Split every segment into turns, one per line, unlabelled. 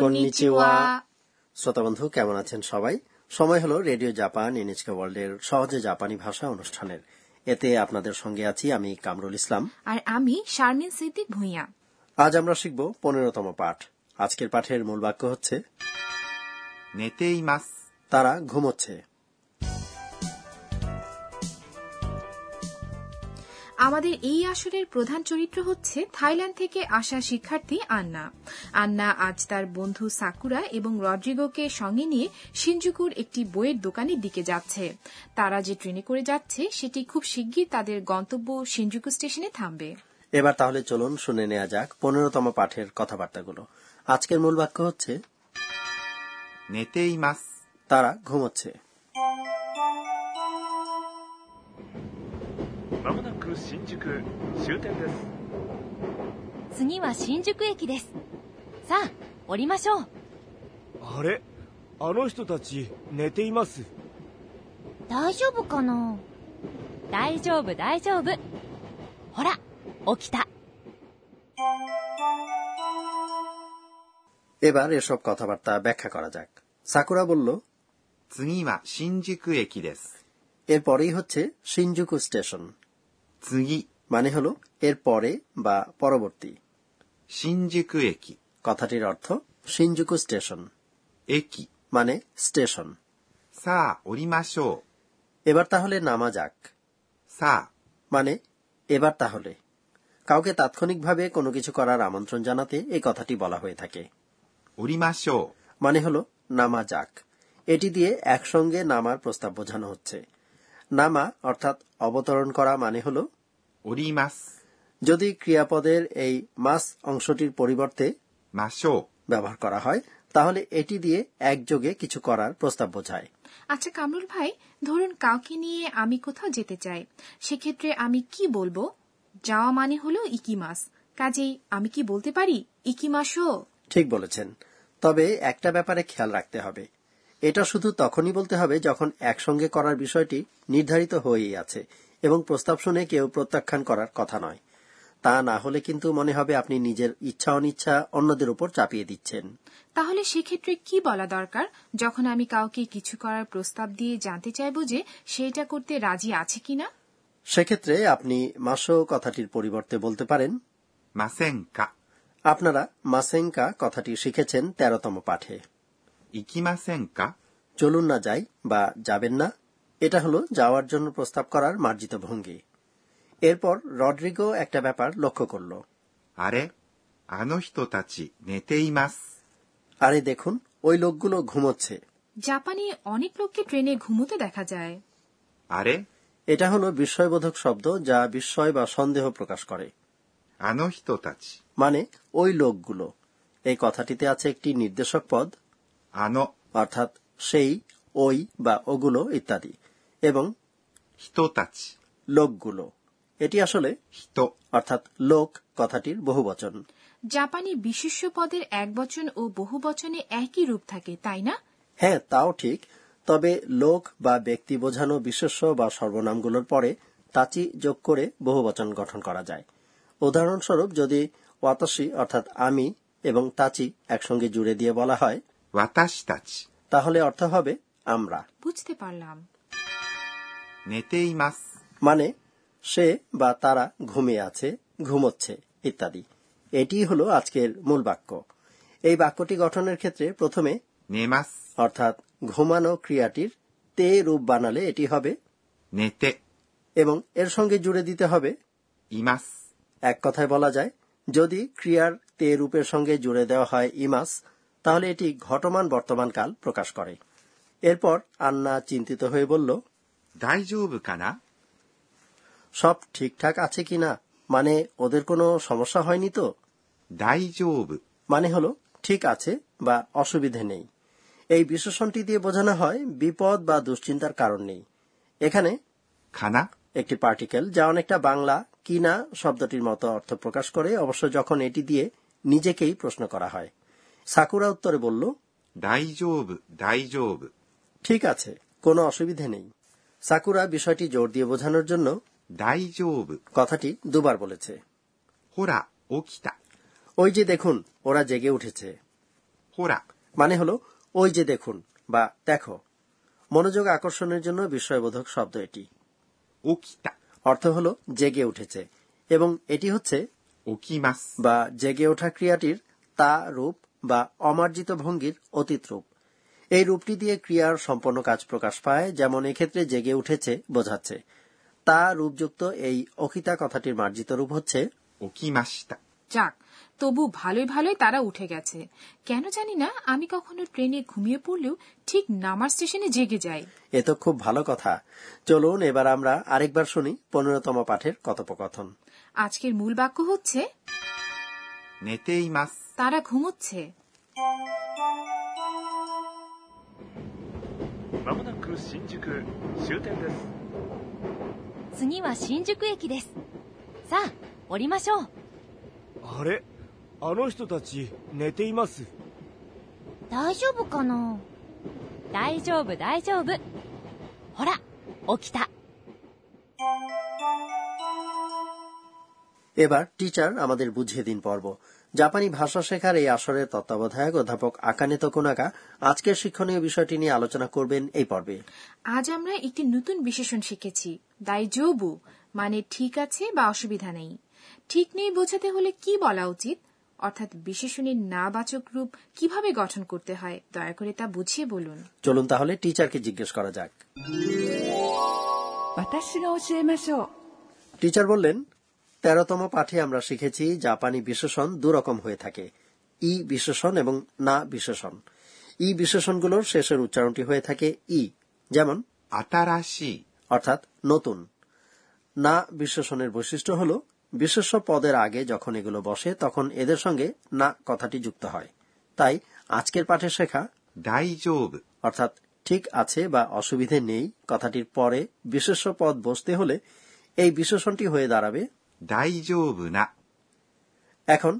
Konnichiwa.
শ্রোতা বন্ধু কেমন আছেন সবাই সময় হলো রেডিও জাপান এনএচকে ওয়ার্ল্ডের সহজে জাপানি ভাষা অনুষ্ঠানের এতে আপনাদের সঙ্গে আছি আমি কামরুল ইসলাম
আর আমি শারমিন সিদ্দিক ভুঁইয়া
আজ আমরা শিখব পনেরোতম পাঠ আজকের পাঠের মূল বাক্য হচ্ছে
寝ています。
তারা ঘুমোচ্ছে
আমাদের এই আসরের প্রধান চরিত্র হচ্ছে থাইল্যান্ড থেকে আসা শিক্ষার্থী আন্না আন্না আজ তার বন্ধু সাকুরা এবং রড্রিগোকে সঙ্গে নিয়ে সিনজুকুর একটি বইয়ের দোকানের দিকে যাচ্ছে তারা যে ট্রেনে করে যাচ্ছে সেটি খুব শিগগির তাদের গন্তব্য সিনজুকু স্টেশনে থামবে
এবার তাহলে চলুন শুনে নেওয়া যাক পনেরোতম পাঠের কথাবার্তাগুলো আজকের মূল বাক্য হচ্ছে
寝ています。
তারা ঘুমোচ্ছে
まもなく新宿終点です
次は新宿駅ですさあ降りましょう
あれあの人たち寝ています
大丈夫かな大丈夫大丈夫ほら起きた
এবার এসব কথাবার্তা ব্যাখ্যা করা যাক সাকুরা বলল
次は新宿駅です。
এরপরেই হচ্ছে সিনজুকু স্টেশন
次、
মানে হলো এর পরে বা পরবর্তী
新宿駅。
কথাটির অর্থ সিনজুকু স্টেশন
駅。
মানে স্টেশন
さあ、降りましょう。
এবার তাহলে নামা যাক
さ
মানে এবার তাহলে কাউকে তাৎক্ষণিকভাবে কোনো কিছু করার আমন্ত্রণ জানাতে এই কথাটি বলা হয়ে থাকে
あ、降りましょ
মানে হলো নামা যাক এটি দিয়ে একসঙ্গে নামার প্রস্তাব বোঝানো হচ্ছে নামা অর্থাৎ অবতরণ করা মানে হলো
う。降ります。
যদি ক্রিয়াপদের এই মাস অংশটির পরিবর্তে
ましょ
ব্যবহার করা হয় তাহলে এটি দিয়ে একযোগে কিছু করার প্রস্তাব বোঝায়
আচ্ছা কামরুল ভাই ধরুন কাউকে নিয়ে আমি কোথাও যেতে চাই সেক্ষেত্রে আমি কি বলবো যাওয়া মানে হলো ইকিমাস কাজেই আমি কি বলতে পারি ইকিমাসও
ঠিক বলেছেন তবে একটা ব্যাপারে খেয়াল রাখতে হবে এটা শুধু তখনই বলতে হবে যখন একসঙ্গে করার বিষয়টি নির্ধারিত হয়েই আছে এবং প্রস্তাব শুনে কেউ প্রত্যাখ্যান করার কথা নয় তা না হলে কিন্তু মনে হবে আপনি নিজের ইচ্ছা অনিচ্ছা অন্যদের উপর চাপিয়ে দিচ্ছেন
তাহলে সেক্ষেত্রে কি বলা দরকার যখন আমি কাউকে কিছু করার প্রস্তাব দিয়ে জানতে চাইবো যে সেটা করতে রাজি আছে কিনা
সেক্ষেত্রে আপনি মাসো কথাটির পরিবর্তে বলতে পারেন
う。ませんか。
আপনারা মাসেঙ্কা কথাটি শিখেছেন তেরোতম পাঠে
行きませんか
চলুন না যাই বা যাবেন না এটা হলো যাওয়ার জন্য প্রস্তাব করার মার্জিত ভঙ্গি এরপর রড্রিগো একটা ব্যাপার লক্ষ্য করল
あれあの人たち寝ています。
আরে দেখুন ওই লোকগুলো ঘুমোচ্ছে
জাপানে অনেক লোককে ট্রেনে ঘুমোতে দেখা যায়
あれ
এটা হলো বিস্ময়বোধক শব্দ যা বিস্ময় বা সন্দেহ প্রকাশ করে
あの人たち。
মানে ওই লোকগুলো এই কথাটিতে আছে একটি নির্দেশক পদ
あの
অর্থাৎ সেই ওই বা ওগুলো ইত্যাদি এবং
人たち。
লোকগুলো এটি আসলে
人。
অর্থাৎ লোক কথাটির বহুবচন
জাপানে বিশেষ্য পদের একবচন ও বহুবচনে একই রূপ থাকে তাই না
হ্যাঁ তাও ঠিক তবে লোক বা ব্যক্তি বোঝানো বিশেষ্য বা সর্বনামগুলোর পরে তাচি যোগ করে বহুবচন গঠন করা যায় উদাহরণস্বরূপ যদি ওয়াতাসি অর্থাৎ আমি এবং তাচি একসঙ্গে জুড়ে দিয়ে বলা হয়
私たち。
তাহলে অর্থ হবে আমরা
বুঝতে পারলাম
寝ています。
মানে সে বা তারা ঘুমিয়ে আছে ঘুমোচ্ছে ইত্যাদি এটি হলো আজকের মূল বাক্য এই বাক্যটি গঠনের ক্ষেত্রে প্রথমে
寝ます。
অর্থাৎ ঘুমানো ক্রিয়াটির তে রূপ বানালে এটি হবে
寝て
এবং এর সঙ্গে জুড়ে দিতে হবে
います。
এক কথায় বলা যায় যদি ক্রিয়ার তে রূপের সঙ্গে জুড়ে দেওয়া হয় ইমাস তাহলে এটি ঘটমান বর্তমানকাল প্রকাশ করে এরপর আন্না চিন্তিত হয়ে বলল
大丈夫かな
সব ঠিকঠাক আছে কিনা মানে ওদের কোনো সমস্যা হয়নি তো
大丈夫。
মানে হলো ঠিক আছে বা অসুবিধে নেই এই বিশেষণটি দিয়ে বোঝানো হয় বিপদ বা দুশ্চিন্তার কারণ নেই এখানে
かな
একটি পার্টিকেল যা অনেকটা বাংলা কিনা শব্দটির মতো অর্থ প্রকাশ করে অবশ্য যখন এটি দিয়ে নিজেকেই প্রশ্ন করা হয় সাকুরা উত্তরে বলল
大丈夫、大丈夫。
ঠিক আছে কোনো অসুবিধে নেই সাকুরা বিষয়টি জোর দিয়ে বোঝানোর জন্য
大丈夫。
কথাটি দুবার বলেছে
ほら、起きた。
ওই যে দেখুন ওরা জেগে উঠেছে
ほら、
মানে হলো ওই যে দেখুন বা দেখো মনোযোগ আকর্ষণের জন্য বিস্ময়বোধক শব্দ এটি
起きた、
অর্থ হলো জেগে উঠেছে এবং এটি হচ্ছে
起きます、
বা জেগে ওঠা ক্রিয়াটির তা রূপ বা অমার্জিত ভঙ্গির অতীত রূপ এই রূপটি দিয়ে ক্রিয়ার সম্পন্ন কাজ প্রকাশ পায় যেমন এক্ষেত্রে জেগে উঠেছে বোঝাচ্ছে তা রূপযুক্ত এই অকিতা কথাটির মার্জিত রূপ হচ্ছে
起きました、
যাক তবু ভালোই ভালোই তারা উঠে গেছে কেন জানি না আমি কখনো ট্রেনে ঘুমিয়ে পড়লেও ঠিক নামার স্টেশনে জেগে যাই
এ তো খুব ভালো কথা চলুন এবার আমরা আরেকবার শুনি পনেরোতম পাঠের কথোপকথন
আজকের মূল বাক্য হচ্ছে
寝ています、
তারা ঘুমোচ্ছে
まもなく新宿終点です
次は新宿駅ですさあ降りましょう
あれあの人たち寝ています
大丈夫かな大丈夫大丈夫ほら起きた
এবার টিচার আমাদের বুঝিয়ে দিন পর্ব জাপানি ভাষা শেখার এই আসরের তত্ত্বাবধায়ক অধ্যাপক আকানে তকুনাকা আজকের শিক্ষণীয় বিষয়টি নিয়ে আলোচনা করবেন এই পর্বে
আজ আমরা একটি নতুন বিশেষণ শিখেছি দাই জবু মানে ঠিক আছে বা অসুবিধা নেই ঠিক নেই বোঝাতে হলে কি বলা উচিত অর্থাৎ বিশেষণের নাবাচক রূপ কিভাবে গঠন করতে হয় দয়া করে তা বুঝিয়ে বলুন
চলুন তাহলে টিচারকে জিজ্ঞেস করা যাক
私が教えましょう
টিচার বললেন তেরোতম পাঠে আমরা শিখেছি জাপানি বিশেষণ দুরকম হয়ে থাকে ই বিশেষণ এবং না বিশেষণ ই বিশেষণগুলোর শেষের উচ্চারণটি হয়ে থাকে ই যেমন
新しい、
অর্থাৎ নতুন না বিশেষণের বৈশিষ্ট্য হল বিশেষ্য পদের আগে যখন এগুলো বসে তখন এদের সঙ্গে না কথাটি যুক্ত হয় তাই আজকের পাঠে শেখা
大丈夫、
অর্থাৎ ঠিক আছে বা অসুবিধে নেই কথাটির পরে বিশেষ্য পদ বসতে হলে এই বিশেষণটি হয়ে দাঁড়াবে
大丈夫な、
এখন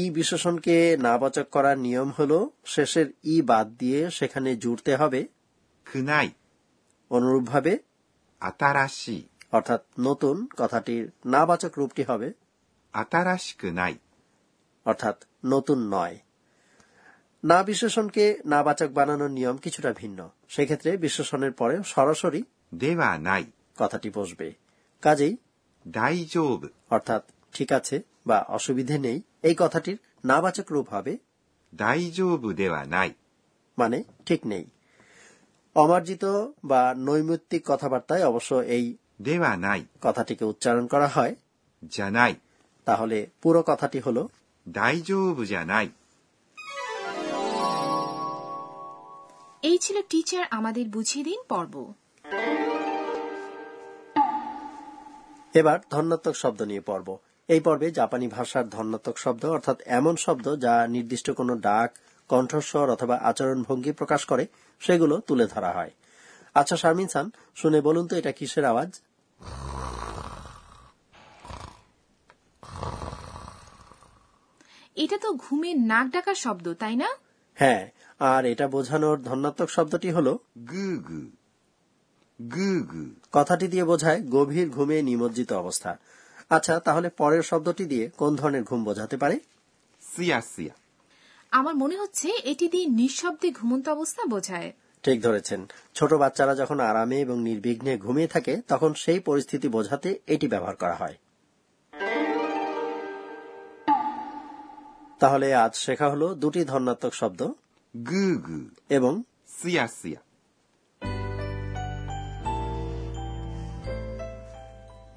ই বিশেষণকে নাবাচক করার নিয়ম হল শেষের ই বাদ দিয়ে সেখানে জুড়তে হবে
くない、
অনুরূপভাবে
新しい、
অর্থাৎ নতুন কথাটির নাবাচক রূপটি হবে
新しくない、
অর্থাৎ নতুন নয় না বিশেষণকে নাবাচক বানানোর নিয়ম কিছুটা ভিন্ন সেক্ষেত্রে বিশেষণের পরে সরাসরি
ではない、
কথাটি বসবে কাজেই
大丈夫、
অর্থাৎ ঠিক আছে বা অসুবিধে নেই এই কথাটির নাবাচক রূপ হবে
大丈夫ではない、
মানে ঠিক নেই অমার্জিত বা নৈমিত্তিক কথাবার্তায় অবশ্য এই
ではない、
কথাটিকে উচ্চারণ করা হয়
じゃない、
তাহলে পুরো কথাটি হলো
大丈夫じゃない、
এই ছিল টিচার আমাদের বুঝিয়ে দিন পর্ব
এবার ধন্যাত্মক শব্দ নিয়ে পর্ব এই পর্বে জাপানি ভাষার ধন্যাত্মক শব্দ অর্থাৎ এমন শব্দ যা নির্দিষ্ট কোনো ডাক কণ্ঠস্বর অথবা আচরণভঙ্গি প্রকাশ করে সেগুলো তুলে ধরা হয় আচ্ছা শারমিন খান শুনে বলুন তো এটা কিসের আওয়াজ
এটা তো ঘুমে নাক ডাকার শব্দ তাই না
হ্যাঁ আর এটা বোঝানোর ধন্যাত্মক শব্দটি হলো
ぐーぐー、ぐーぐー、
কথাটি দিয়ে বোঝায় গভীর ঘুমে নিমজ্জিত অবস্থা আচ্ছা তাহলে পরের শব্দটি দিয়ে কোন ধরনের ঘুম বোঝাতে পারে
すやすや、
আমার মনে হচ্ছে এটি দিয়ে নিঃশব্দে ঘুমন্ত অবস্থা বোঝায়
ঠিক ধরেছেন ছোট বাচ্চারা যখন আরামে এবং নির্বিঘ্নে ঘুমিয়ে থাকে তখন সেই পরিস্থিতি বোঝাতে এটি ব্যবহার করা হয় তাহলে আজ শেখা হলো দুটি ধন্যাত্মক শব্দ
ぐーぐー、
এবং
すやすや、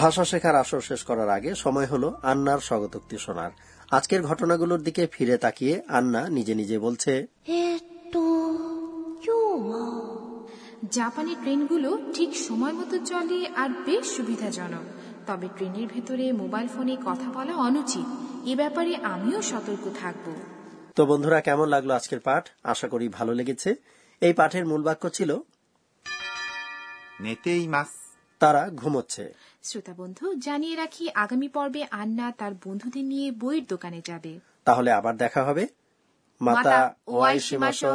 ভাষা শেখার আসর শেষ করার আগে সময় হলো আন্নার স্বগতোক্তি শোনার আজকের ঘটনাগুলোর দিকে ফিরে তাকিয়ে আন্না নিজে নিজে বলছে
えっと
জাপানি ট্রেনগুলো ঠিক সময় মতো চলে আর বেশ সুবিধাজনক তবে ট্রেনের ভেতরে মোবাইল ফোনে কথা বলা অনুচিত এ ব্যাপারে আমিও সতর্ক থাকব
তো বন্ধুরা কেমন লাগলো আজকের পাঠ আশা করি ভালো লেগেছে এই পাঠের মূল বাক্য ছিল
寝ています。
তারা ঘুমোচ্ছে
শ্রোতা বন্ধু জানিয়ে রাখি আগামী পর্বে আন্না তার বন্ধুদের নিয়ে বইয়ের দোকানে যাবে
তাহলে আবার দেখা হবে মাতা ওয়াই সীমাশো